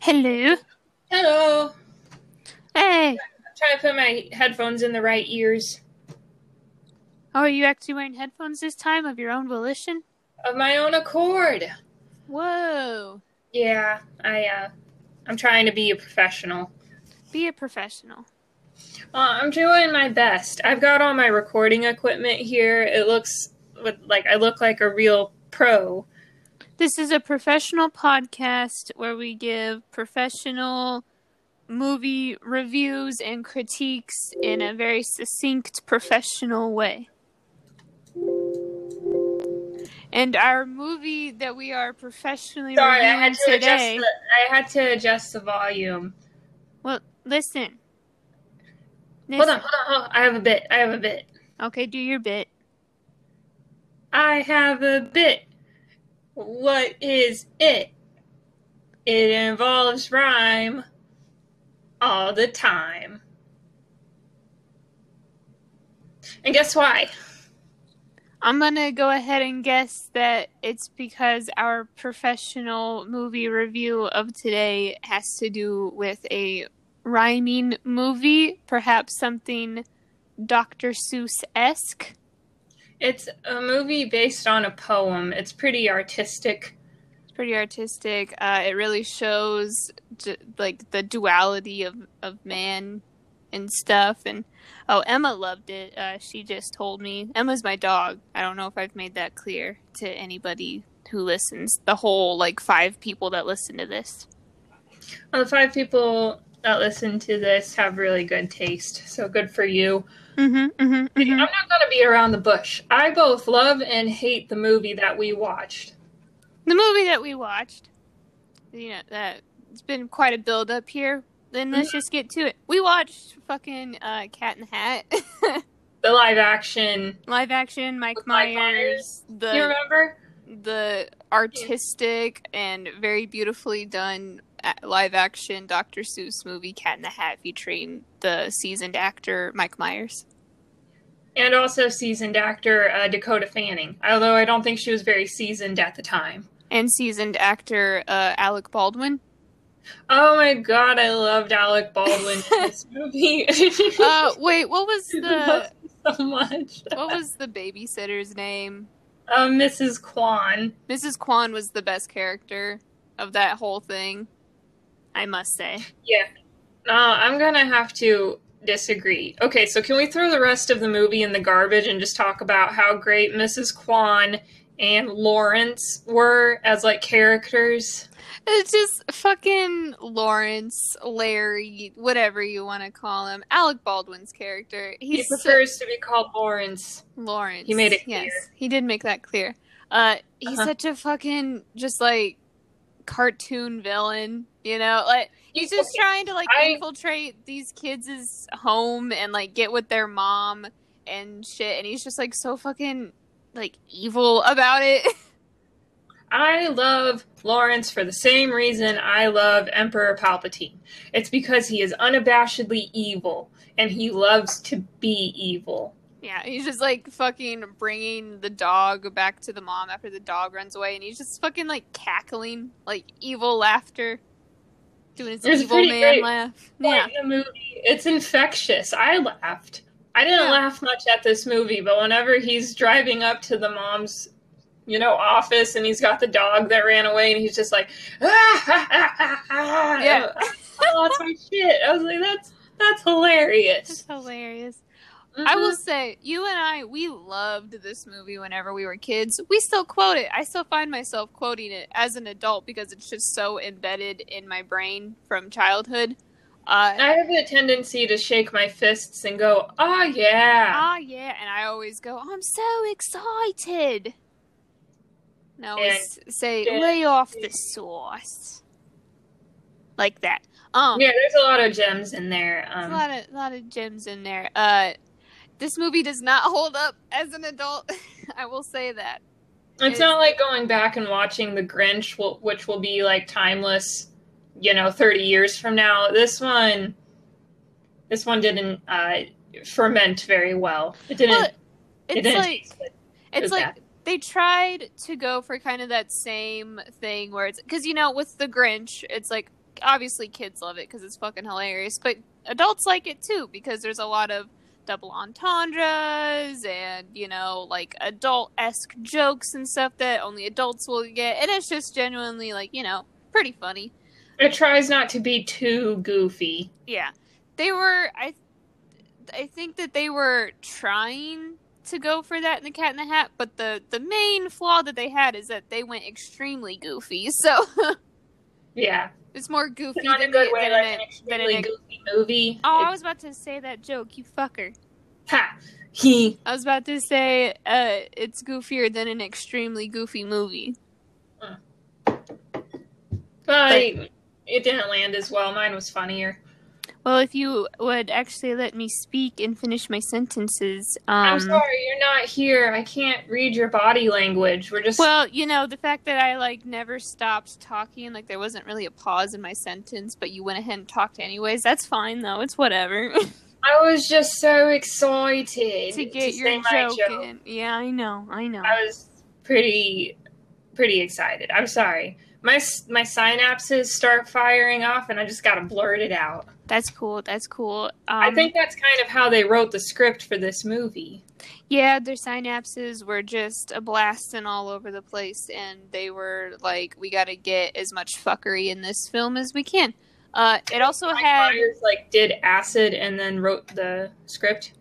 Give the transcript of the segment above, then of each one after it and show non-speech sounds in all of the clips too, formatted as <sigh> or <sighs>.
Hello. Hello. Hey. trying to put my headphones in the right ears. Oh, are you actually wearing headphones this time of your own volition? Of my own accord. Whoa. Yeah, I uh I'm trying to be a professional. Be a professional. Uh, I'm doing my best. I've got all my recording equipment here. It looks with like I look like a real pro. This is a professional podcast where we give professional movie reviews and critiques in a very succinct, professional way. And our movie that we are professionally Sorry, I reviewing had to today. adjust the I had to adjust the volume. Well, listen. Hold Listen. on, hold on, hold on. I have a bit. I have a bit. Okay, do your bit. I have a bit. What is it? It involves rhyme all the time. And guess why? I'm gonna go ahead and guess that it's because our professional movie review of today has to do with a rhyming movie, perhaps something Dr. Seuss esque. It's a movie based on a poem. It's pretty artistic. It's pretty artistic. Uh, it really shows d- like the duality of of man and stuff. And oh, Emma loved it. Uh, she just told me Emma's my dog. I don't know if I've made that clear to anybody who listens. The whole like five people that listen to this. Well, the Uh, five people that listen to this have really good taste, so good for you. Mm-hmm, mm-hmm, I'm not going to be around the bush. I both love and hate the movie that we watched. The movie that we watched. You know that it's been quite a build up here. Then let's just get to it. We watched fucking uh, Cat in the Hat. <laughs> The live action. Live action, Mike With Mike Myers, Myers. the you remember? the artistic and very beautifully done a- live action Dr. Seuss movie Cat in the Hat featuring the seasoned actor Mike Myers. and also seasoned actor uh, Dakota Fanning, although I don't think she was very seasoned at the time. And seasoned actor uh, Alec Baldwin. Oh my god, I loved Alec Baldwin in <laughs> this movie <laughs> Uh, wait, what was Love the so much. what was the babysitter's name? Uh, Mrs. Kwan. Mrs. Kwan was the best character of that whole thing, I must say. Yeah. No, Uh, I'm gonna have to disagree. Okay, so can we throw the rest of the movie in the garbage and just talk about how great Mrs. Kwan and Lawrence were as like characters? It's just fucking Lawrence, Larry, whatever you want to call him. Alec Baldwin's character. He's he prefers to be called Lawrence. so- Lawrence. He made it clear. Yes, he did make that clear. Uh, he's Uh-huh. such a fucking just like cartoon villain, you know? Like he's just trying to like I- infiltrate these kids' home and like get with their mom and shit. And he's just like so fucking like evil about it. <laughs> I love Lawrence for the same reason I love Emperor Palpatine. It's because he is unabashedly evil and he loves to be evil. Yeah, he's just like fucking bringing the dog back to the mom after the dog runs away, and he's just fucking like cackling, like evil laughter, doing his It's evil pretty man great. laugh. Like Yeah, the movie, it's infectious. I laughed. I didn't Yeah. laugh much at this movie, but whenever he's driving up to the mom's, you know, office and he's got the dog that ran away and he's just like, ah, ah, ah, ah, ah. <laughs> Yeah. oh, that's my shit. I was like, that's that's hilarious. it's hilarious. I Mhm. will say, you and I, we loved this movie whenever we were kids. We still quote it. I still find myself quoting it as an adult because it's just so embedded in my brain from childhood. Uh, I have a tendency to shake my fists and go, "Ah, yeah." Ah, yeah, and I always go, I'm so excited. And I always say, Yeah. lay off the sauce. Like that. Um, Yeah, there's a lot of gems in there. there's Um, a lot of, lot of gems in there. Uh, this movie does not <laughs> hold up as an adult. <laughs> I will say that. it's not like going back and watching The Grinch, wh- which will be like timeless, you know, 30 years from now. This one, this one didn't uh, ferment very well. It didn't. Well, it It's didn't like, taste good. It's was like bad. they tried to go for kind of that same thing where it's because you know with the Grinch, it's like obviously kids love it because it's fucking hilarious, but adults like it too because there's a lot of double entendres and you know like adult esque jokes and stuff that only adults will get, and it's just genuinely like you know pretty funny. It tries not to be too goofy. Yeah, they were. I, I think that they were trying to go for that in the Cat in the Hat, but the the main flaw that they had is that they went extremely goofy. <laughs> So Yeah, it's more goofy not than in a good it- way. than Like it- an than extremely it- goofy movie. Oh, I It- was about to say that joke, you fucker. ha he. I was about to say uh, it's goofier than an extremely goofy movie. But, it didn't land as well. Mine was funnier. Well, if you would actually let me speak and finish my sentences, um, I'm sorry, you're not here. I can't read your body language. We're just Well, you know, the fact that I like never stopped talking, like there wasn't really a pause in my sentence, but you went ahead and talked anyways. That's fine though. It's <laughs> whatever. I was just so excited to get say your my joke, in. Yeah, I know. I know. I was pretty pretty excited. I'm sorry. My s- my synapses start firing off and I just got to blurt it out. That's cool. That's cool. Um, I think that's kind of how they wrote the script for this movie. yeah, their synapses were just a blasting all over the place, and they were like, "We got to get as much fuckery in this film as we can." Uh, it also Mike had. Myers like did acid and then wrote the script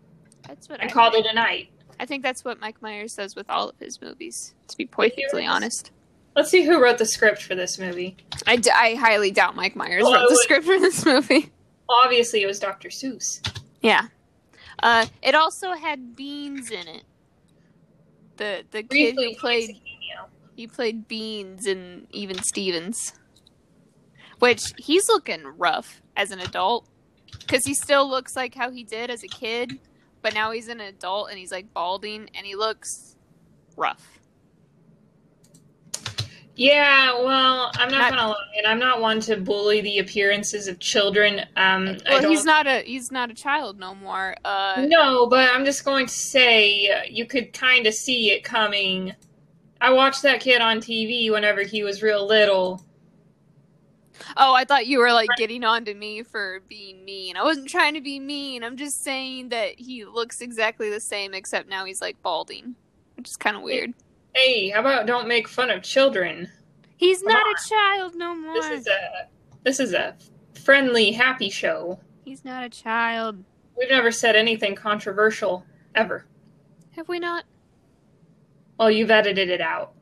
That's what I and called it a night. I think that's what Mike Myers does with all of his movies. To be perfectly Myers. honest. Let's see who wrote the script for this movie. I, d- I highly doubt Mike Myers Well, I wrote the would- script for this movie. <laughs> Obviously, it was Dr. Seuss. Yeah. Uh, it also had Beans in it. The the kid Briefly who played plays a cameo. he played Beans in Even Stevens, which he's looking rough as an adult because he still looks like how he did as a kid, but now he's an adult and he's like balding and he looks rough. Yeah, well, I'm Not- not, gonna lie, and I'm not one to bully the appearances of children. Um, I Well, don't he's not a he's not a child no more. Uh, No, but I'm just going to say uh, you could kind of see it coming. I watched that kid on TV whenever he was real little. Oh, I thought you were like getting on to me for being mean. I wasn't trying to be mean. I'm just saying that he looks exactly the same, except now he's like balding, which is kind of weird. Hey, how about don't make fun of children? He's Come not a child no more. This is a this is a friendly, happy show. He's not a child. We've never said anything controversial ever. Have we not? Well, you've edited it out.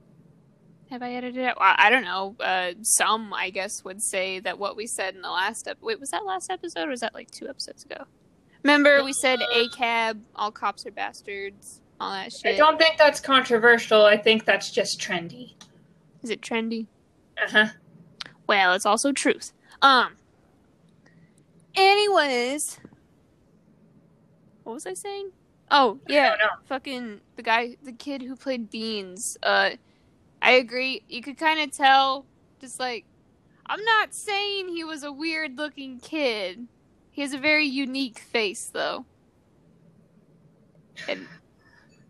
Have I edited it? Well, I don't know. Uh, some, I guess, would say that what we said in the last ep- wait was that last episode or was that like two episodes ago? Remember we Uh. said a cab, all cops are bastards, all that I shit. don't think that's controversial. I think that's just trendy. Is it trendy? Uh huh. Well, it's also truth. Um. Anyways, what was I saying? Oh yeah, I don't know. fucking the guy, the kid who played Beans. Uh, I agree. You could kind of tell, just like, I'm not saying he was a weird looking kid. He has a very unique face, though. And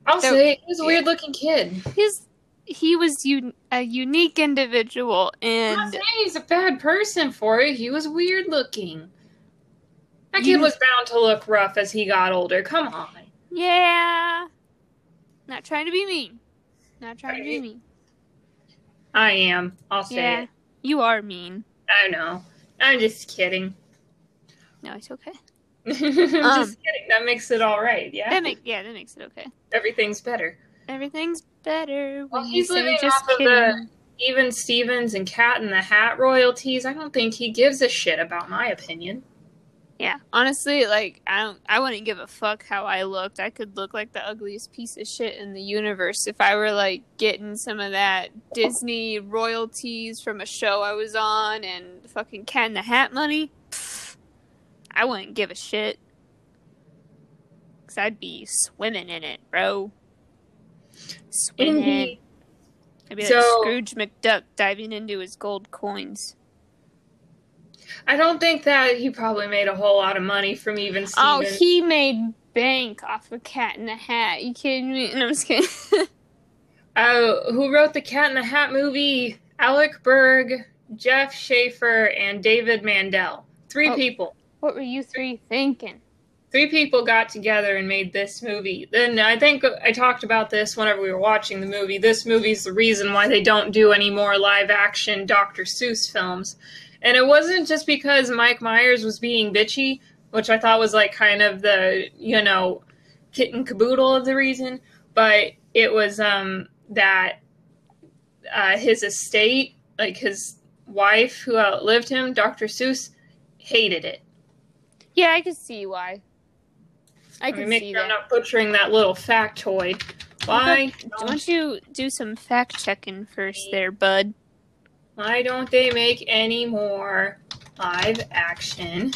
I'll So- say it. he was a yeah. weird looking kid. his he was un- a unique individual, I'm not and saying he's a bad person for it. He was weird looking. That You- kid was bound to look rough as he got older. Come on. Yeah. Not trying to be mean. Not trying to be Right. mean. I am. I'll say Yeah. it. You are mean. I know. I'm just kidding. <laughs> No, it's okay. I'm Um. just kidding. That makes it all right. Yeah. That make yeah, that makes it okay. Everything's better. Everything's better when Well, you he's say living just off of kidding. the- Even Stevens and Cat in the Hat royalties, I don't think he gives a shit about my opinion. Yeah. Honestly, like I don't I wouldn't give a fuck how I looked. I could look like the ugliest piece of shit in the universe if I were like getting some of that Disney royalties from a show I was on and fucking cat in the hat money. Pfft, I wouldn't give a shit. Cause I'd be swimming in it, bro. Swimming. Indeed. I'd be like So- Scrooge McDuck diving into his gold coins. I don't think that he probably made a whole lot of money from even Stevens. Oh, he made bank off of Cat in the Hat. You kidding <laughs> me? No, I'm just kidding. Uh, who wrote the Cat in the Hat movie? Alec Berg, Jeff Schaefer, and David Mandel. Three Oh. people. What were you three thinking? Three people got together and made this movie. Then I think I talked about this whenever we were watching the movie. This movie's the reason why they don't do any more live action Dr. Seuss films. And it wasn't just because Mike Myers was being bitchy, which I thought was like kind of the, you know, kit and caboodle of the reason, but it was um that uh, his estate, like his wife who outlived him, Dr. Seuss, hated it. Yeah, I could see why. I Let can me make see that. sure I'm not butchering that little factoid. Why Why don't, don't you do some fact checking first, there, bud? why don't they make any more live action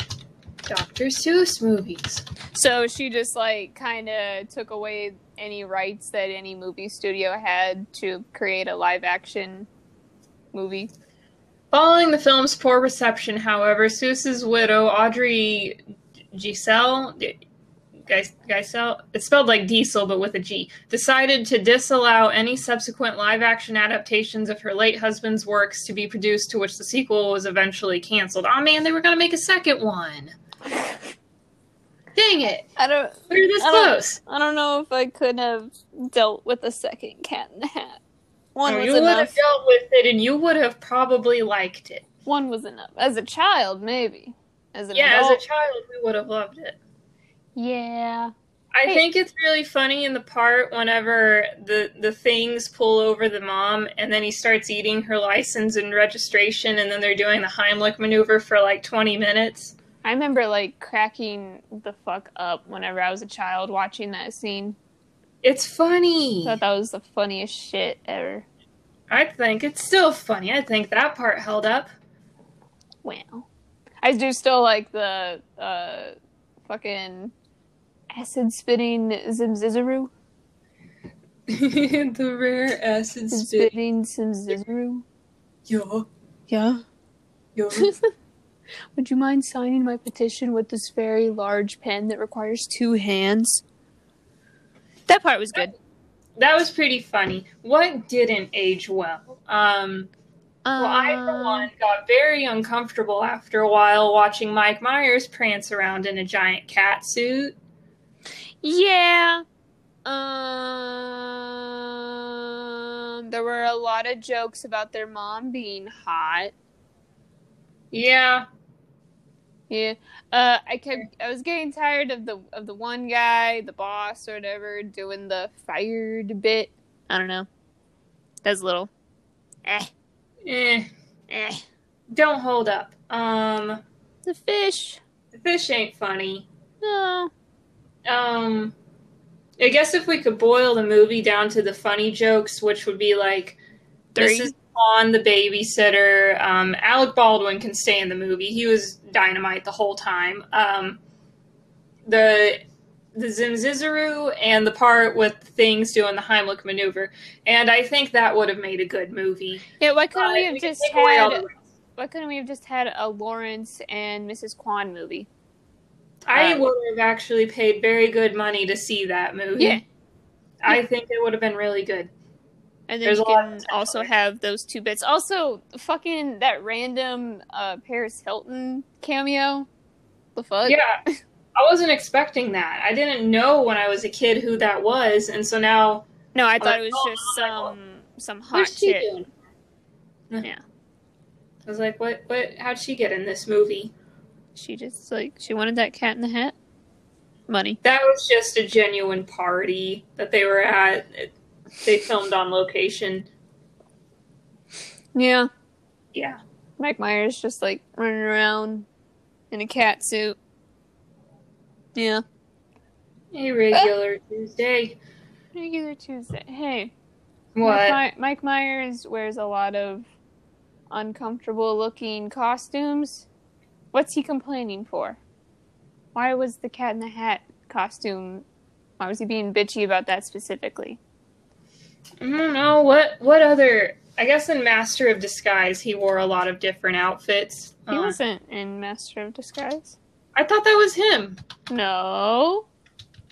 Dr. Seuss movies? So she just like kind of took away any rights that any movie studio had to create a live action movie. Following the film's poor reception, however, Seuss's widow, Audrey Giselle, Giselle, it's spelled like diesel but with a G, decided to disallow any subsequent live action adaptations of her late husband's works to be produced, to which the sequel was eventually canceled. Oh man, they were going to make a second one. Dang it. I don't. We were this I don't- close. I don't know if I could have dealt with a second cat in the hat. One Oh, was you would have enough. dealt with it and you would have probably liked it. One was enough. As a child, maybe. As an Yeah, as a adult, child, we would have loved it. yeah. I Hey. think it's really funny in the part whenever the the things pull over the mom, and then he starts eating her license and registration, and then they're doing the Heimlich maneuver for like twenty minutes. I remember like cracking the fuck up whenever I was a child watching that scene. It's funny. Thought that was the funniest shit ever. I think it's still funny. I think that part held up. <laughs> Wow. I do still like the uh fucking acid spitting zimzizaru. the rare acid Spitting zimzizaru. Yo, Yeah. yo. <laughs> Would you mind signing my petition with this very large pen that requires two hands? That part was good. <laughs> that was pretty funny. What didn't age well? Um. Well, I, Um, for one, got very uncomfortable after a while watching Mike Myers prance around in a giant cat suit. Yeah. Um, there were a lot of jokes about their mom being hot. Yeah. Yeah. Uh, I kept. I was getting tired of the of the one guy, the boss or whatever, doing the fired bit. I don't know. That's a little. Eh. Eh. Eh. Don't hold up. Um, The fish. the fish ain't funny. No. Um, I guess if we could boil the movie down to the funny jokes, which would be like Three. Mrs. Vaughn, the babysitter. Um, Alec Baldwin can stay in the movie. He was dynamite the whole time. Um, the the Zimzizaru and the part with things doing the Heimlich maneuver, and I think that would have made a good movie. yeah. Why couldn't But we have we can just take away all had? the rest. Why couldn't we have just had a Lawrence and Mrs. Kwan movie? I uh, would have actually paid very good money to see that movie. Yeah. I think it would have been really good. And then There's you a lot of can potential also there. have those two bits. Also, fucking that random uh, Paris Hilton cameo. The fuck? Yeah. I wasn't expecting that. I didn't know when I was a kid who that was, and so now No, I thought Oh, it was oh, just oh my God. some some hot What's she shit. doing? Yeah. I was like, what? What? How'd she get in this movie? She just like she wanted that cat in the hat money. That was just a genuine party that they were at. It- they filmed on location. Yeah. Yeah. Mike Myers just like running around in a cat suit. Yeah. A <laughs> regular Tuesday. Regular Tuesday. Hey. Mike, What? My- Mike Myers wears a lot of uncomfortable looking costumes. What's he complaining for? Why was the cat in the hat costume? Why was he being bitchy about that specifically? I don't know. What? What other? I guess in Master of Disguise, he wore a lot of different outfits. He Uh, wasn't in Master of Disguise. I thought that was him. No,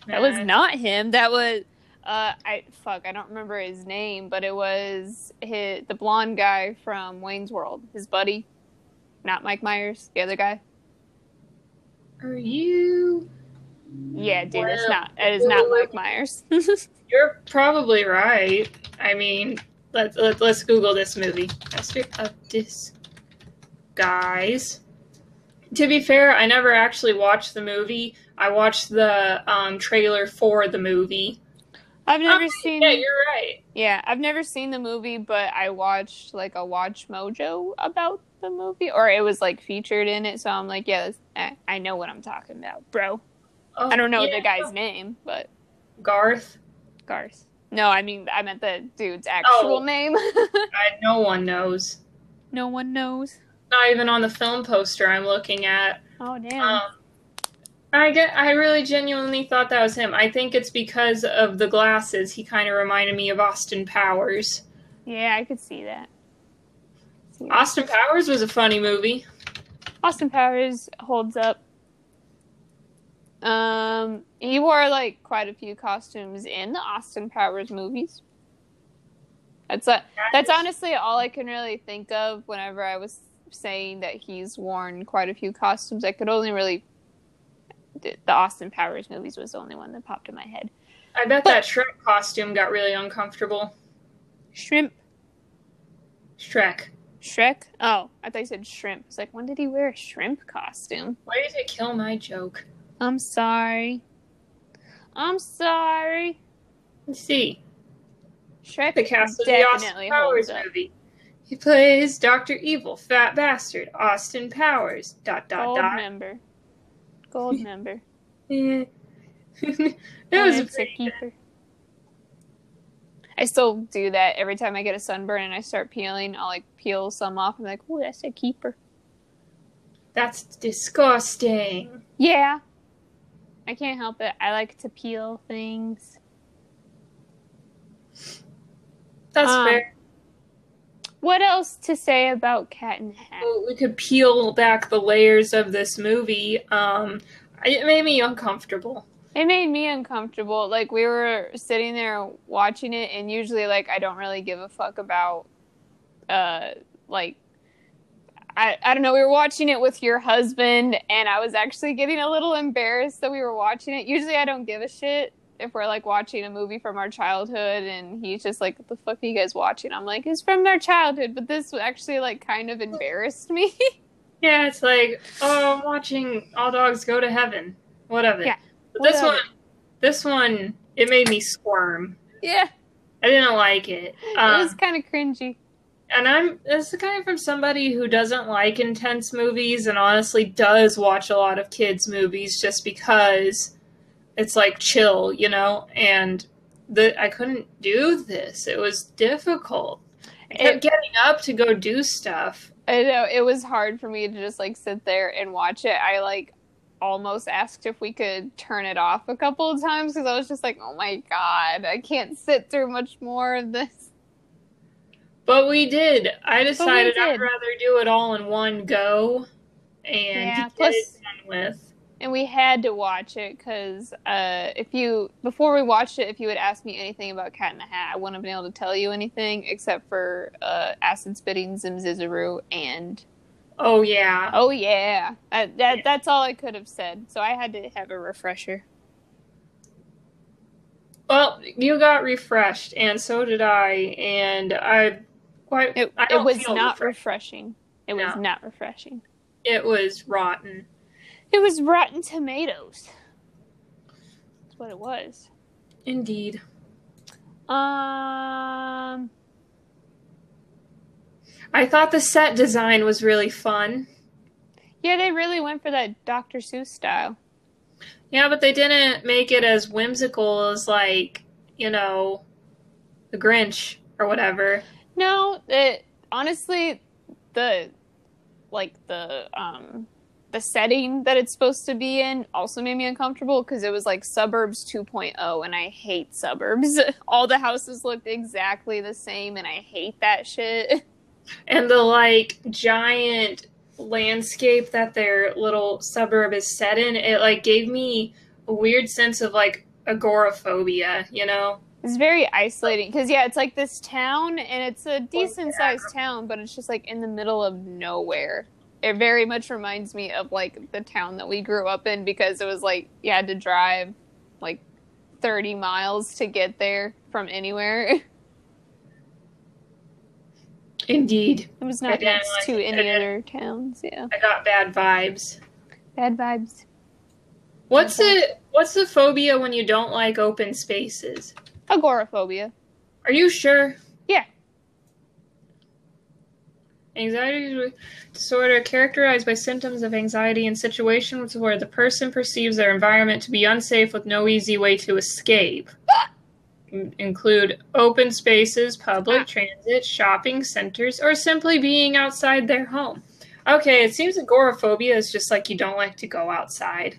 that was Nah. not him. That was Uh, I fuck, I don't remember his name, but it was his, the blonde guy from Wayne's World, his buddy, not Mike Myers, the other guy. Are you? Yeah, dude, it's Wow. not. It is not Mike Myers. <laughs> You're probably right. I mean, let's let, let's Google this movie. Aspect of disguise. To be fair, I never actually watched the movie. I watched the um, trailer for the movie. I've never Okay, seen. Yeah, you're right. Yeah, I've never seen the movie, but I watched like a Watch Mojo about the movie, or it was like featured in it. So I'm like, yeah, that's, I, I know what I'm talking about, bro. Oh, I don't know yeah. the guy's name, but Garth. Garth. No, I mean, I meant the Oh. dude's actual name. <laughs> I, no one knows. no one knows. Not even on the film poster I'm looking at. Oh damn. Um, I get. I really genuinely thought that was him. I think it's because of the glasses. He kind of reminded me of Austin Powers. yeah, I could see that. See that. Austin Powers was a funny movie. Austin Powers holds up. Um, he wore like quite a few costumes in the Austin Powers movies. That's a, that's honestly all I can really think of whenever I was saying that he's worn quite a few costumes. I could only really the the Austin Powers movies was the only one that popped in my head. I bet that Shrek costume got really uncomfortable. Shrimp, Shrek. Shrek. Oh, I thought you said shrimp. It's like when did he wear a shrimp costume? Why did it kill my joke? I'm sorry. I'm sorry. Let's see. Shrek The cast of the definitely holds Austin Powers up. movie. He plays Doctor Evil, Fat Bastard, Austin Powers. Dot dot Gold dot. member. <laughs> Gold member. Yeah. <laughs> that was a It's a pretty keeper. I still do that every time I get a sunburn and I start peeling. I'll like peel some off and like, oh, that's a keeper. That's disgusting. Yeah. I can't help it. I like to peel things. That's Um, fair. What else to say about Cat in the Hat? Well, we could peel back the layers of this movie. Um, it made me uncomfortable. It made me uncomfortable. Like we were sitting there watching it, and usually, like I don't really give a fuck about, uh, like I I don't know. We were watching it with your husband, and I was actually getting a little embarrassed that we were watching it. Usually, I don't give a shit if we're like watching a movie from our childhood, and he's just like, "What the fuck are you guys watching?" I'm like, "It's from their childhood," but this actually like kind of embarrassed me. <laughs> Yeah, it's like, oh, I'm watching All Dogs Go to Heaven. What of it? Yeah, But what this of one, this one, it made me squirm. yeah, I didn't like it. Um, it was kind of cringy. and I'm this is kind of from somebody who doesn't like intense movies and honestly does watch a lot of kids movies just because it's like chill, you know. And the I couldn't do this. It was difficult. I kept It- getting up to go do stuff. I know it was hard for me to just like sit there and watch it. I like almost asked if we could turn it off a couple of times because I was just like, oh my god, I can't sit through much more of this. But we did. I decided I'd did. rather do it all in one go and Yeah, get plus- it done with. And we had to watch it because uh, if you before we watched it, if you had asked me anything about Cat in the Hat, I wouldn't have been able to tell you anything except for uh, acid spitting Zimzizaroo and Oh yeah. oh yeah, I, that that's all I could have said. So I had to have a refresher. Well, you got refreshed, and so did I. And I quite. It, I it don't was feel not refreshed. refreshing. It was No. not refreshing. It was rotten. It was Rotten Tomatoes. That's what it was. Indeed. Um, I thought the set design was really fun. yeah, they really went for that Dr. Seuss style. Yeah, but they didn't make it as whimsical as like you know, the Grinch or whatever. No, it honestly the like the um the setting that it's supposed to be in also made me uncomfortable because it was like suburbs 2.0 and I hate suburbs. <laughs> All the houses looked exactly the same and I hate that shit. <laughs> And the like giant landscape that their little suburb is set in, it like gave me a weird sense of like agoraphobia. You know, It's very isolating because yeah, it's like this town and it's a decent sized town, but it's just like in the middle of nowhere. It very much reminds me of like the town that we grew up in because it was like you had to drive like thirty miles to get there from anywhere. <laughs> it Indeed. was I not didn't next like to it. I any didn't- other towns. Yeah, I got bad vibes. bad vibes. What's the what's the phobia when you don't like open spaces? Agoraphobia. Are you sure? Yeah. Anxiety is a disorder characterized by symptoms of anxiety in situations where the person perceives their environment to be unsafe with no easy way to escape. In- include open spaces, public transit, shopping centers, or simply being outside their home. Okay, it seems agoraphobia is just like you don't like to go outside.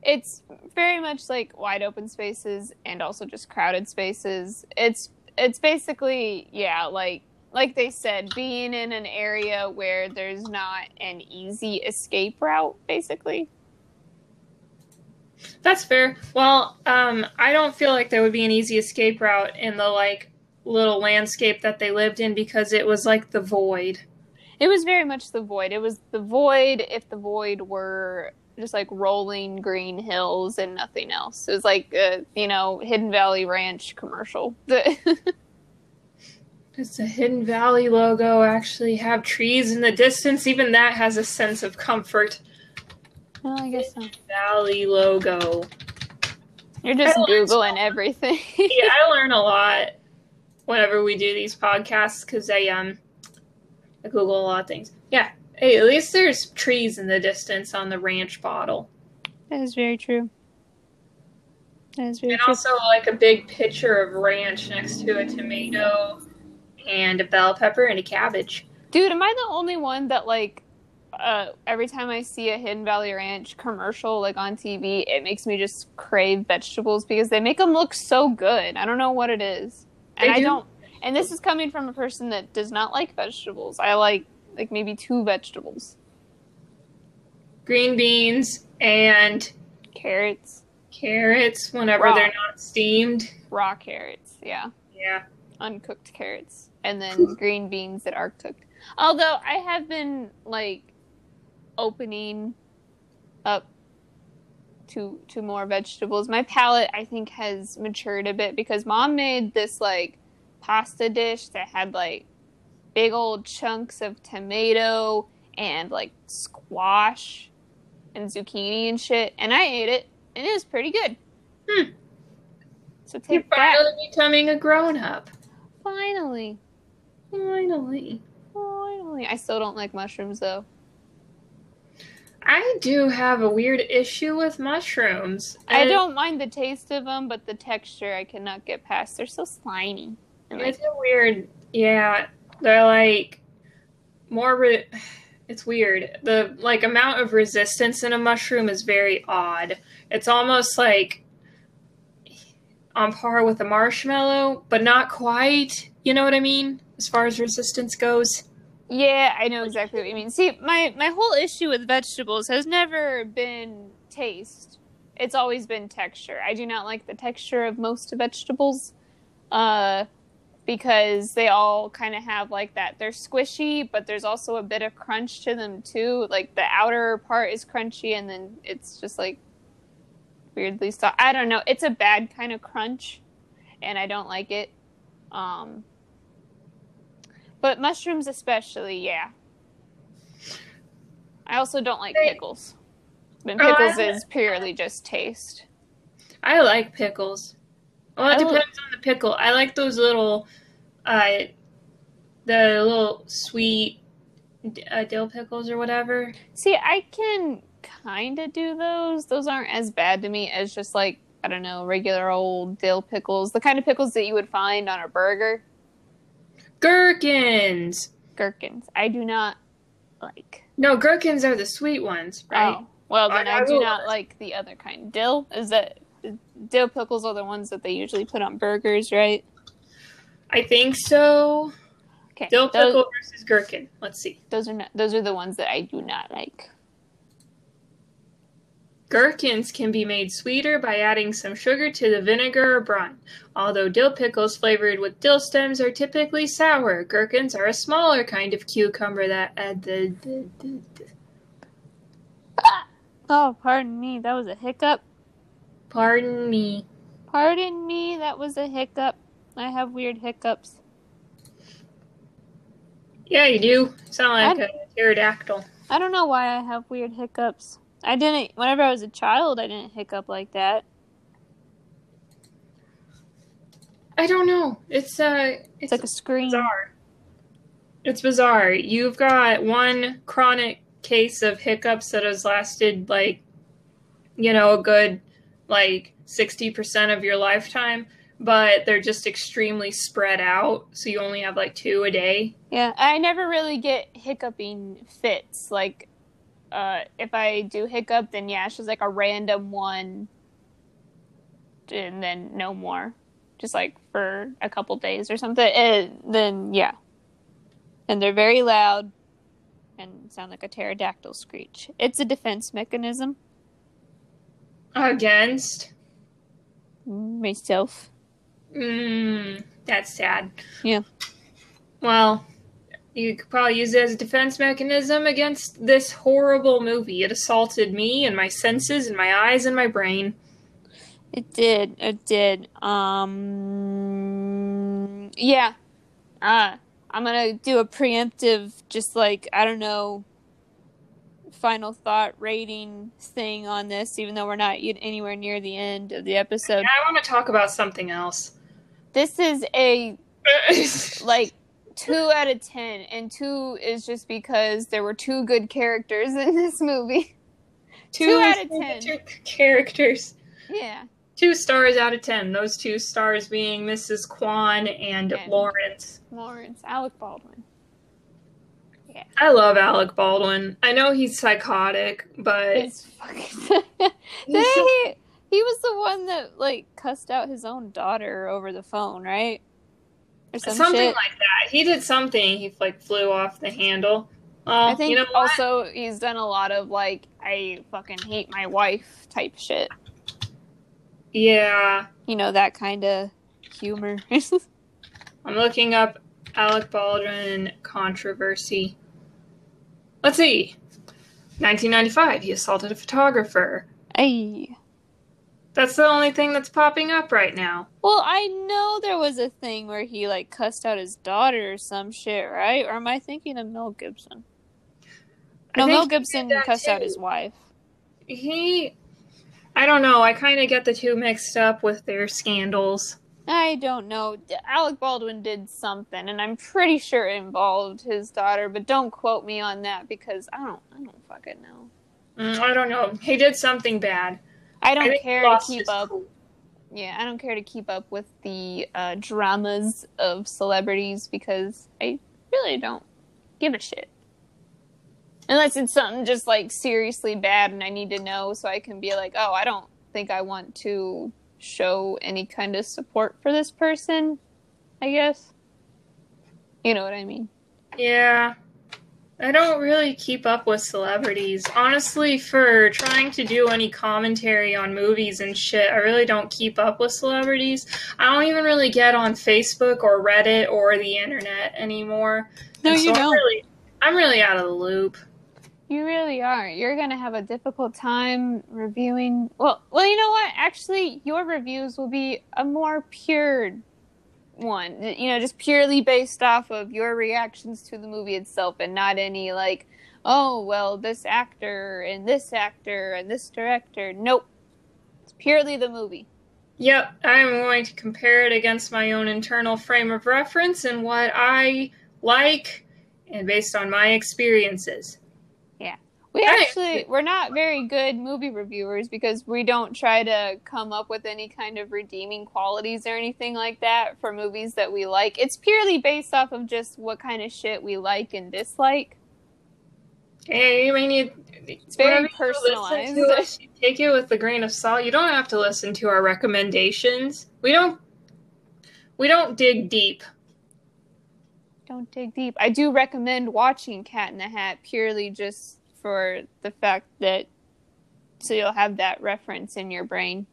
it's very much like wide open spaces and also just crowded spaces. It's it's basically yeah, like like they said, being in an area where there's not an easy escape route, basically. That's fair. Well, um, I don't feel like there would be an easy escape route in the like little landscape that they lived in because it was like the void. It was very much the void. It was the void if the void were just like rolling green hills and nothing else. It was like a, you know, Hidden Valley Ranch commercial. <laughs> Does the Hidden Valley logo actually have trees in the distance? Even that has a sense of comfort. well, I guess so. Valley logo. You're just I learned so googling everything. yeah, I learn a lot whenever we do these podcasts because I um I Google a lot of things. Yeah. Hey, at least there's trees in the distance on the ranch bottle. That is very true. That is very <laughs> And true. also, like a big picture of ranch next to a tomato and a bell pepper and a cabbage. Dude, am I the only one that like uh, every time I see a Hidden Valley Ranch commercial like on TV, it makes me just crave vegetables because they make them look so good. I don't know what it is, and They I do. don't. And this is coming from a person that does not like vegetables. I like like maybe two vegetables, Green beans and carrots, carrots whenever Raw. they're not steamed. raw carrots, yeah. Yeah. uncooked carrots and then green beans that are cooked. Although I have been like opening up to to more vegetables. My palate I think has matured a bit because mom made this like pasta dish that had like big old chunks of tomato and like squash and zucchini and shit and I ate it and it was pretty good. Hmm. So You're take that. finally becoming a grown up. Finally. Finally. Finally. I still don't like mushrooms though. I do have a weird issue with mushrooms. I And don't mind the taste of them, but the texture I cannot get past. They're so slimy. And like, It's a weird. Yeah. They're like more. Re- <sighs> it's weird. The like amount of resistance in a mushroom is very odd. It's almost like on par with a marshmallow, but not quite. You know what I mean? As far as resistance goes. yeah, I know exactly what you mean. See, my my whole issue with vegetables has never been taste. It's always been texture. I do not like the texture of most vegetables. Uh because they all kind of have like that. They're squishy, but there's also a bit of crunch to them too. Like the outer part is crunchy, and then it's just like weirdly soft. I don't know. It's a bad kind of crunch, and I don't like it. Um, but mushrooms, especially, yeah. I also don't like Hey. pickles. And Oh, I pickles don't- is purely just taste. I like pickles. Well, I it li- depends on the pickle. I like those little, uh, the little sweet d- uh, dill pickles or whatever. See, I can kind of do those. Those aren't as bad to me as just like, I don't know, regular old dill pickles, the kind of pickles that you would find on a burger. Gherkins. Gherkins. I do not like. No, gherkins are the sweet ones, right? Oh, well, then I- I, I do will- not like the other kind. Dill is that dill pickles are the ones that they usually put on burgers, right? I think so. Okay. Dill those, pickle versus gherkin. Let's see. those are not, those are the ones that I do not like. Gherkins can be made sweeter by adding some sugar to the vinegar or brine. Although dill pickles flavored with dill stems are typically sour, gherkins are a smaller kind of cucumber that add the. the, the, the. Oh, pardon me. That was a hiccup. Pardon me. Pardon me. That was a hiccup. I have weird hiccups. Yeah, you do. Sound I- like a pterodactyl. I don't know why I have weird hiccups. I didn't. Whenever I was a child, I didn't hiccup like that. I don't know. It's uh, It's like a scream. bizarre. It's bizarre. You've got one chronic case of hiccups that has lasted like, you know, a good like 60% of your lifetime, but they're just extremely spread out. So you only have like two a day. Yeah, I never really get hiccuping fits. Like, uh, if I do hiccup, then yeah, it's just like a random one, and then no more. Just like for a couple days or something, and then yeah, and they're very loud and sound like a pterodactyl screech. It's a defense mechanism. Against? Myself. Mmm, that's sad. Yeah. Well, you could probably use it as a defense mechanism against this horrible movie. It assaulted me and my senses and my eyes and my brain. It did. It did. Um. Yeah. Uh, I'm gonna do a preemptive, just like I don't know, final thought rating thing on this, even though we're not yet anywhere near the end of the episode. I want to talk about something <laughs> else. This is a like two out of ten, and two is just because there were two good characters <laughs> in this movie. Two out of ten. two characters. Yeah. Two stars out of ten. Those two stars being Mrs. Kwan and And- Lawrence. Lawrence, Alec Baldwin. I love Alec Baldwin. I know he's psychotic, but It's fucking. <laughs> Then he, he was the one that like cussed out his own daughter over the phone, right? Or some something shit. like that. He did something. He like flew off the handle. Well, I think you know what? also he's done a lot of like I fucking hate my wife type shit. Yeah, You know that kind of humor. <laughs> I'm looking up Alec Baldwin controversy. Let's see. 1995. He assaulted a photographer. Ay. That's the only thing that's popping up right now. Well, I know there was a thing where he like cussed out his daughter or some shit, right? Or am I thinking of Mel Gibson? I No, think Mel he did Gibson that cussed out too. his wife. He, I don't know. I kind of get the two mixed up with their scandals. I don't know. D- Alec Baldwin did something, and I'm pretty sure it involved his daughter, but don't quote me on that because I don't, I don't fucking know. Mm, I don't know. He did something bad. I I don't think he care to lost keep his up. cool. Yeah, I don't care to keep up with the uh, dramas of celebrities because I really don't give a shit. Unless it's something just like seriously bad, and I need to know so I can be like, oh, I don't think I want to show any kind of support for this person. I guess. You know what I mean. Yeah. I don't really keep up with celebrities. Honestly, for trying to do any commentary on movies and shit, I really don't keep up with celebrities. I don't even really get on Facebook or Reddit or the internet anymore. No, And you so I'm don't. really- I'm really out of the loop. You really are. You're going to have a difficult time reviewing. Well, well, you know what? Actually, your reviews will be a more pure one. You know, just purely based off of your reactions to the movie itself and not any like, oh, well, this actor and this actor and this director. Nope. It's purely the movie. Yep, I'm going to compare it against my own internal frame of reference and what I like and based on my experiences. We Hey. actually we're not very good movie reviewers because we don't try to come up with any kind of redeeming qualities or anything like that for movies that we like. It's purely based off of just what kind of shit we like and dislike. Hey, you may need it's very personalized. <laughs> take it with a grain of salt. You don't have to listen to our recommendations. We don't we don't dig deep. <laughs> Don't dig deep. I do recommend watching Cat in the Hat purely just for the fact that so you'll have that reference in your brain.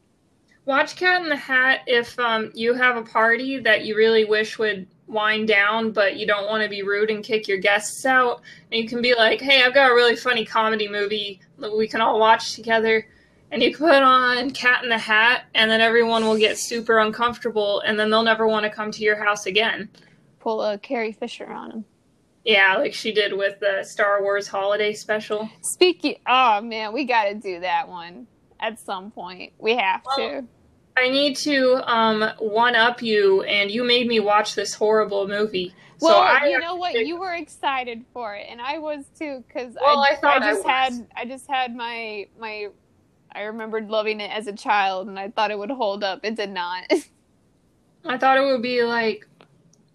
Watch Cat in the Hat if um, you have a party that you really wish would wind down, but you don't want to be rude and kick your guests out. And you can be like, hey, I've got a really funny comedy movie that we can all watch together. And you put on Cat in the Hat, and then everyone will get super uncomfortable, and then they'll never want to come to your house again. Pull a Carrie Fisher on them. Yeah, like she did with the Star Wars holiday special. Speaking, oh man, we got to do that one at some point. We have Well, to. I need to um, one up you, and you made me watch this horrible movie. Well, so I you know what? actually- You were excited for it, and I was too, because Well, I, I thought I just was. had I just had my my I remembered loving it as a child, and I thought it would hold up. It did not. <laughs> I thought it would be like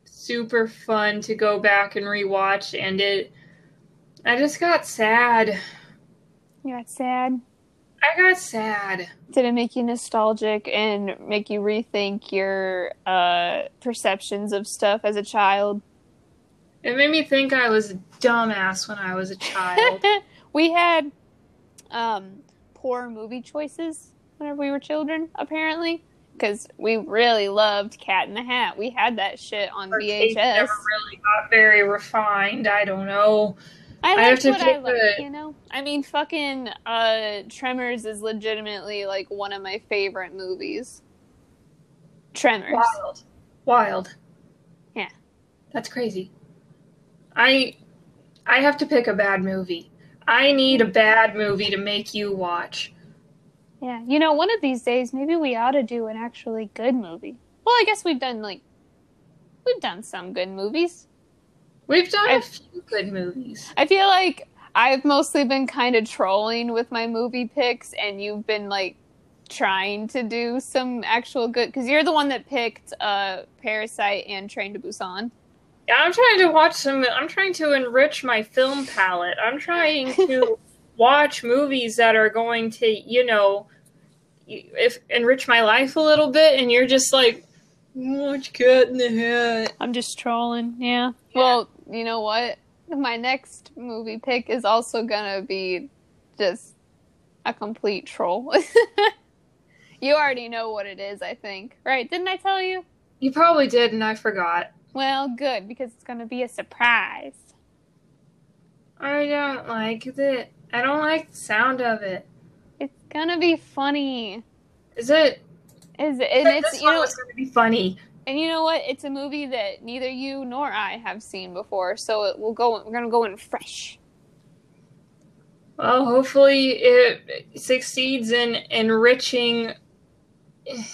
super fun to go back and rewatch, and it. I just got sad. you got sad. I got sad. Did it make you nostalgic and make you rethink your uh, perceptions of stuff as a child? It made me think I was a dumbass when I was a child. <laughs> we had um, poor movie choices whenever we were children, apparently, because we really loved Cat in the Hat. We had that shit on Our taste VHS. never really got very refined. I don't know. I I liked have to what I pick liked, a- you know. I mean, fucking uh, Tremors is legitimately like one of my favorite movies. Tremors. Wild. Wild. Yeah. That's crazy. I I have to pick a bad movie. I need a bad movie to make you watch. Yeah, you know, one of these days, maybe we ought to do an actually good movie. Well, I guess we've done like we've done some good movies. We've done a I've- few good movies. I feel like I've mostly been kind of trolling with my movie picks, and you've been like trying to do some actual good because you're the one that picked uh, Parasite and Train to Busan. Yeah, I'm trying to watch some I'm trying to enrich my film palette. I'm trying <laughs> to watch movies that are going to, you know, if enrich my life a little bit and you're just like watch Cat in the Hat. I'm just trolling. Yeah. Well, you know what? My next movie pick is also gonna be just a complete troll. <laughs> you already know what it is, I think. Right? Didn't I tell you? You probably did and I forgot. Well, good because it's gonna be a surprise. I don't like it. I don't like the sound of it. It's gonna be funny. Is it? Is and it's this you one know was going to be funny. and you know what? It's a movie that neither you nor I have seen before, so it will go. We're gonna go in fresh. Well, hopefully it succeeds in enriching. I,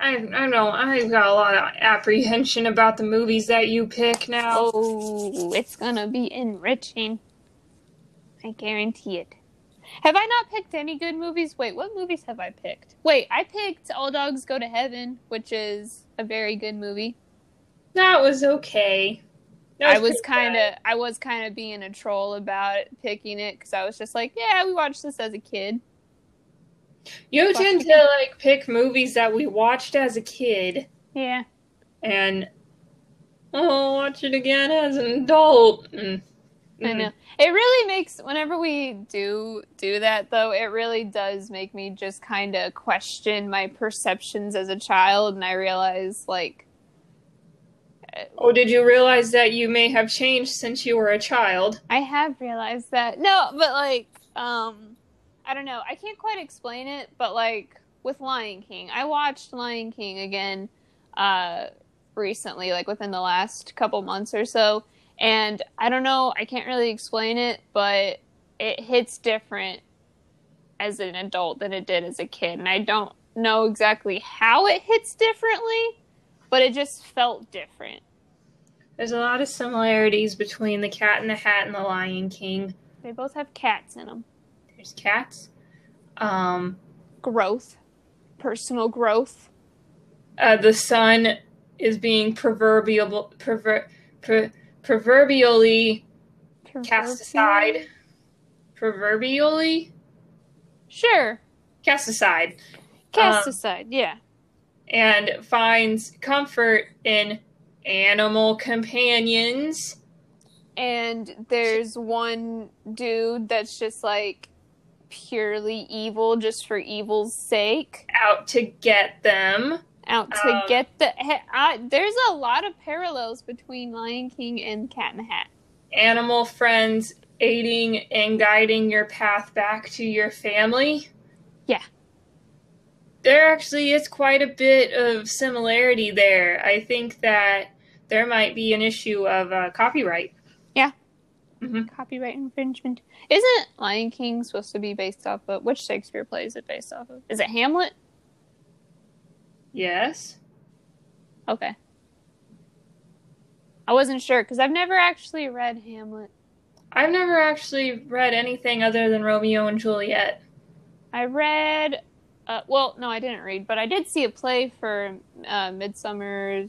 I don't know. I've got a lot of apprehension about the movies that you pick now. Oh, it's gonna be enriching. I guarantee it. Have I not picked any good movies? Wait, what movies have I picked? Wait, I picked All Dogs Go to Heaven, which is a very good movie. That was okay. That I was pretty kind of I was kind of being a troll about it, picking it cuz I was just like, yeah, we watched this as a kid. good. You tend to like pick movies that we watched as a kid Yeah. and oh, watch it again as an adult. Mm. I know. It really makes whenever we do do that though, it really does make me just kind of question my perceptions as a child and I realize like Oh, did you realize that you may have changed since you were a child? I have realized that. No, but like, um, I don't know. I can't quite explain it, but like with Lion King, I watched Lion King again uh, recently, like within the last couple months or so. And I don't know. I can't really explain it, but it hits different as an adult than it did as a kid. And I don't know exactly how it hits differently, but it just felt different. There's a lot of similarities between the Cat in the Hat and the Lion King. They both have cats in them. There's cats. Um, growth, personal growth. uh, the sun is being proverbial, perver, per, proverbially cast aside. Proverbially Sure. cast aside, Cast Um, aside, yeah. and finds comfort in animal companions. And there's one dude that's just like purely evil just for evil's sake out to get them. out to Um, get the he- I, there's a lot of parallels between lion king and cat in the hat Animal friends aiding and guiding your path back to your family. Yeah. There actually is quite a bit of similarity there. I think that there might be an issue of uh, copyright. copyright infringement isn't lion king supposed to be based off of which shakespeare play is it based off of is it hamlet Yes. okay i wasn't sure because i've never actually read hamlet I've never actually read anything other than Romeo and Juliet. I read, uh, well, no, I didn't read, but I did see a play for uh, Midsummer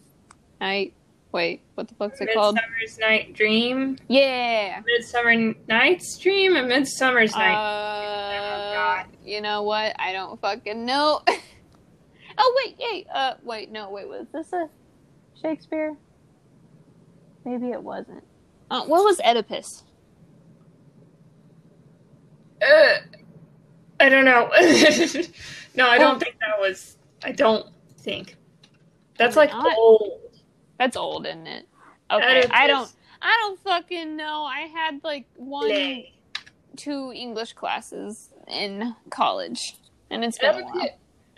Night. Wait, what the fuck's it called? Midsummer's Night Dream, Yeah. Midsummer Night's Dream, and Midsummer's Night. Uh, you know what? I don't fucking know. <laughs> oh wait, yay. Uh, wait, no, wait. Was this a Shakespeare? Maybe it wasn't. Uh, what was Oedipus? Uh, I don't know. <laughs> no, I don't think that was. I don't think. That's like Not- old. That's old, isn't it? Okay, I Oedipus don't. I don't fucking know. I had like one. play. two English classes in college, and it's been a Oedipus,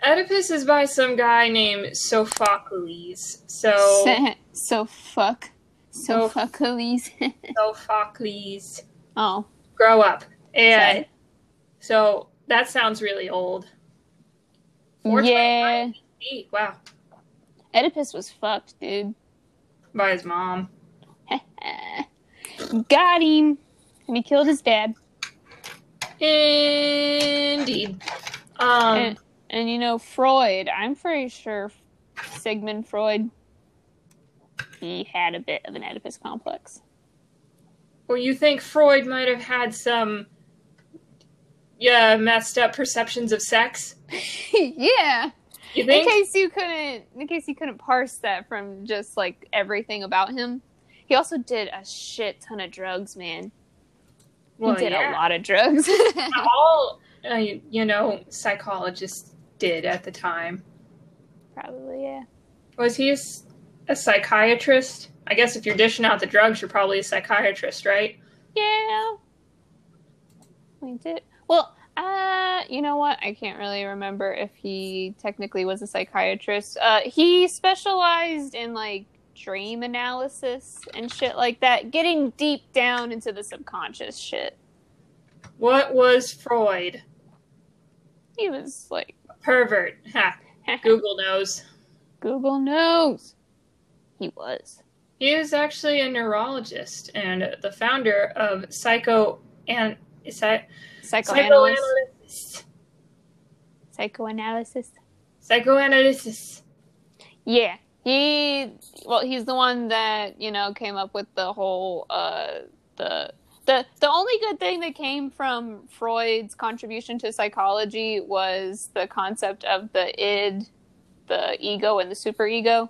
Oedipus is by some guy named Sophocles. while. So So, <laughs> so fuck, so Oh. fuck Elise. Sophocles, <laughs> oh, grow up. And Sad. so that sounds really old. yeah. 425 BC. Wow. Oedipus was fucked, dude. Eh. By his mom. Got him, and he killed his dad. Indeed. Um, and, and you know Freud. I'm pretty sure Sigmund Freud. He had a bit of an Oedipus complex. <laughs> Well, you think Freud might have had some, yeah, messed up perceptions of sex? yeah. You in think? case you couldn't in case you couldn't parse that from just like everything about him he also did a shit ton of drugs man well, he did a yeah. lot of <laughs> drugs <laughs> All, uh, you know, psychologists did at the time. probably yeah Was he a, s- a psychiatrist? I guess if you're dishing out the drugs, you're probably a psychiatrist, right? yeah we did well uh you know what i can't really remember if he technically was a psychiatrist uh he specialized in like dream analysis and shit like that getting deep down into the subconscious shit What was Freud? he was like <laughs> Pervert. Ha. Google knows. Google knows. He was. He is actually a neurologist and the founder of psycho and is that Psychoanalyst. psychoanalysis. Psychoanalysis. Psychoanalysis. Yeah. He well, he's the one that, you know, came up with the whole uh the the the only good thing that came from Freud's contribution to psychology was the concept of the id, the ego and the superego.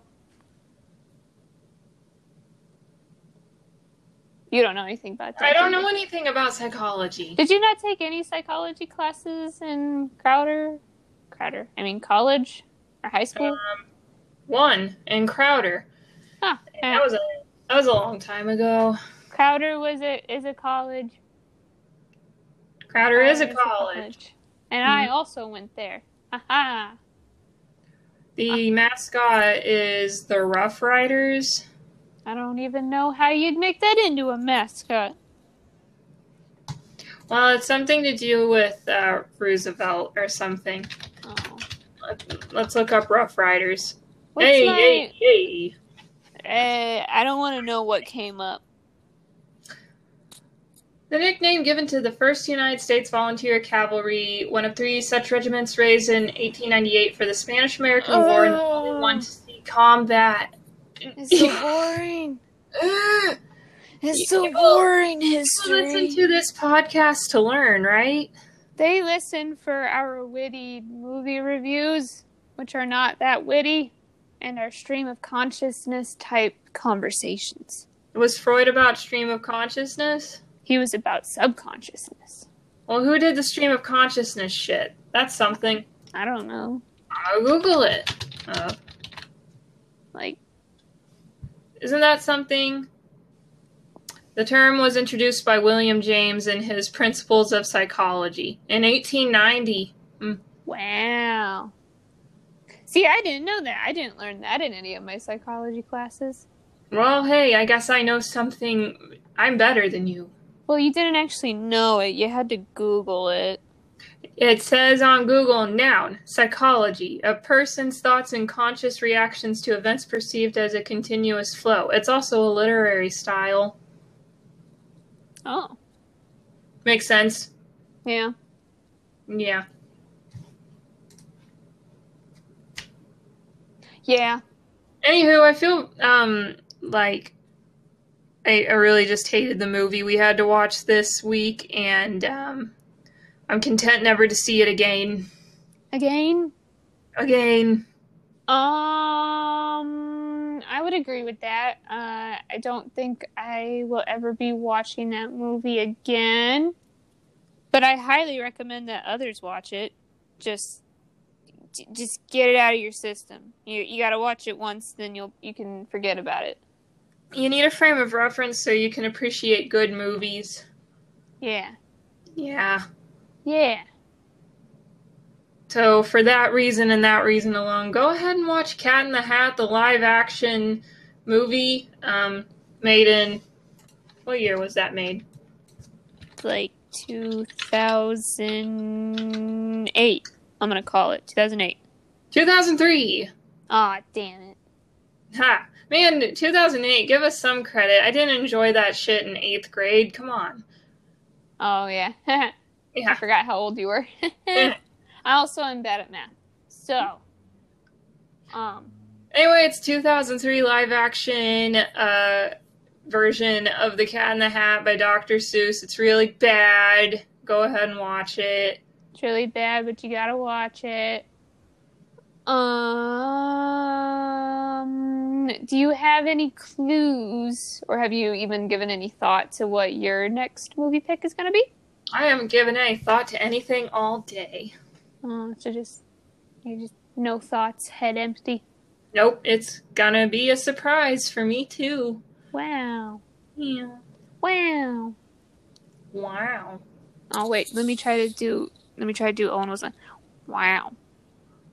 You don't know anything about that. I do don't you? know anything about psychology. Did you not take any psychology classes in Crowder? Crowder. I mean, college or high school? Uh, One and Crowder. Huh. That was a that was a long time ago. Crowder was a is a college. Crowder is a Crowder college. Mm-hmm. And I also went there. Haha. The mascot is the Rough Riders. I don't even know how you'd make that into a mascot. Well, it's something to do with uh, Roosevelt or something. Oh. Let- Let's look up Rough Riders. What's hey, my- hey, hey. Eh, I don't want to know what came <laughs> up. The nickname given to the 1st United States Volunteer Cavalry, one of three such regiments raised in 1898 for the Spanish American War and the Oh. only one to see combat. It's so boring. <gasps> Ugh. It's so You- boring You listen history. to this podcast to learn, right? They listen for our witty movie reviews, which are not that witty, and our stream of consciousness type conversations. Was Freud about stream of consciousness? He was about subconsciousness. Well, who did the stream of consciousness shit? That's something. I don't know. I'll Google it. Uh, Like, isn't that something? The term was introduced by William James in his Principles of Psychology in 1890. wow. See, I didn't know that. I didn't learn that in any of my psychology classes. Well, hey, I guess I know something. I'm better than you. Well, you didn't actually know it. You had to Google it. It says on Google noun, psychology, a person's thoughts and conscious reactions to events perceived as a continuous flow. It's also a literary style. Oh, Makes sense. yeah. Yeah. Yeah. Anywho, I feel um like I, I really just hated the movie we had to watch this week, and um, I'm content never to see it again. Again? Again. Um, I would agree with that. Uh, I don't think I will ever be watching that movie again, but I highly recommend that others watch it. Just, j- just get it out of your system. You you got to watch it once, then you'll you can forget about it. You need a frame of reference so you can appreciate good movies. Yeah, Yeah. yeah. So for that reason and that reason alone, go ahead and watch Cat in the Hat, the live action movie um, made in what year was that made? It's Like two thousand eight. I'm gonna call it two thousand eight. 2003. Ah, damn it. Ha. Man, 2008, give us some credit. I didn't enjoy that shit in 8th grade. Come on. Oh yeah. <laughs> I Yeah. forgot how old you were. <laughs> I also am bad at math. So, um, Anyway, it's 2003 live action uh version of The Cat in the Hat by Dr. Seuss. It's really bad. Go ahead and watch it. it's really bad, but you gotta watch it. Um, do you have any clues, or have you even given any thought to what your next movie pick is gonna be? I haven't given any thought to anything all day. Oh, so just you just no thoughts, head empty. Nope, it's gonna be a surprise for me too. Wow, Yeah. wow. Wow. Oh wait, let me try to do. Let me try to do Owen Wilson. Wow.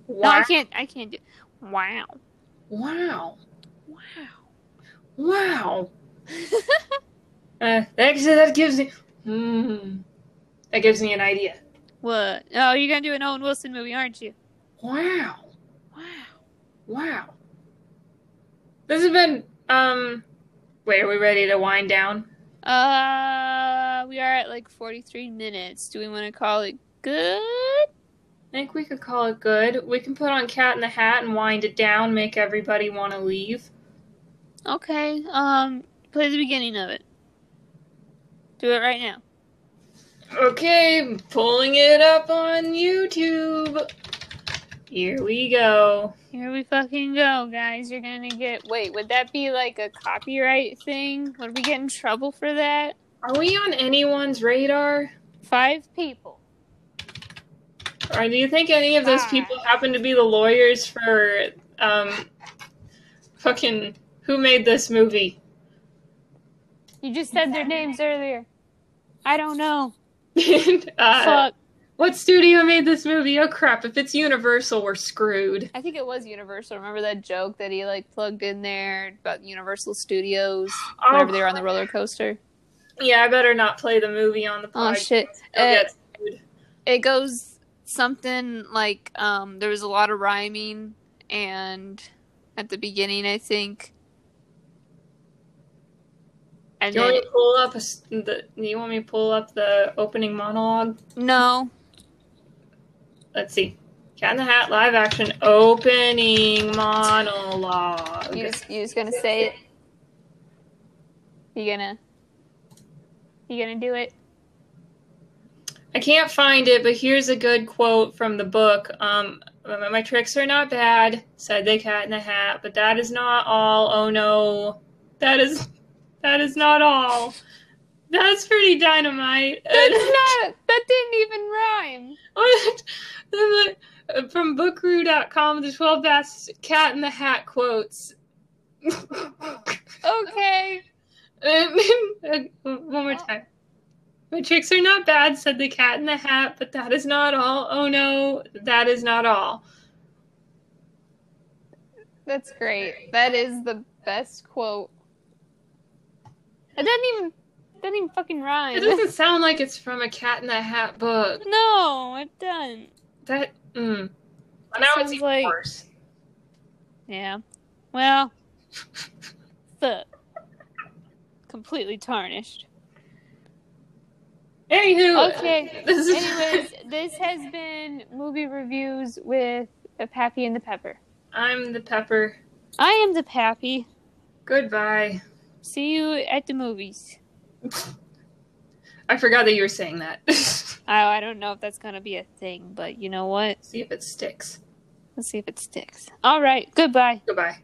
No, Wow. I can't. I can't do. Wow. Wow. Wow. Wow. <laughs> Uh, actually, that gives me. Hmm. That gives me an idea. what? Oh, you're gonna do an Owen Wilson movie, aren't you? Wow. Wow. Wow. This has been. Um. Wait, are we ready to wind down? Uh, we are at like 43 minutes. Do we want to call it good? I think we could call it good. We can put on Cat in the Hat and wind it down, make everybody want to leave. Okay. Um, play the beginning of it. Do it right now. Okay, pulling it up on YouTube. Here we go. Here we fucking go, guys. You're gonna get. Wait, would that be like a copyright thing? Would we get in trouble for that? Are we on anyone's radar? Five people. Or do you think any of those Ah. people happen to be the lawyers for um fucking who made this movie? <laughs> You just said their names earlier. I don't know. uh, Fuck. what studio made this movie? Oh crap, if it's Universal, we're screwed. I think it was Universal. Remember that joke that he like plugged in there about Universal Studios Oh, whenever they were on the crap. roller coaster? Yeah, I better not play the movie on the Oh podcast. shit! I'll Uh, get- It goes something like um, there was a lot of rhyming, and at the beginning, I think, and you want then me to pull up a s the, you want me to pull up the opening monologue? no, Let's see. Cat in the Hat live action opening monologue. you just you just gonna say it. You gonna you gonna do it? I can't find it, but here's a good quote from the book. Um, my tricks are not bad, said the cat in the hat, but that is not all. Oh no, that is that is not all. That's pretty dynamite. <laughs> That's not. That didn't even rhyme. <laughs> What? Then the- uh, From bookru.com, the 12 Bats Cat in the Hat quotes. <laughs> Okay. <laughs> One more time. My tricks are not bad, said the cat in the hat, but that is not all. Oh no, that is not all. That's great. That is the best quote. It doesn't even doesn't even fucking It rhyme. doesn't sound like it's from a cat in the hat book. <laughs> no, it doesn't. That, mm. Well, now it's Sounds even like- worse. Yeah. Well, <laughs> fuck. Completely <laughs> tarnished. Anywho. uh, Okay. <laughs> This is, Anyways, this has been movie reviews with the Pappy and the Pepper. I'm the pepper. I am the Pappy. Goodbye. See you at the movies. I forgot that you were saying that. <laughs> See Oh, I don't know if that's gonna be a thing, but you know what? if it sticks. Let's see if it sticks. All right. Goodbye. Goodbye.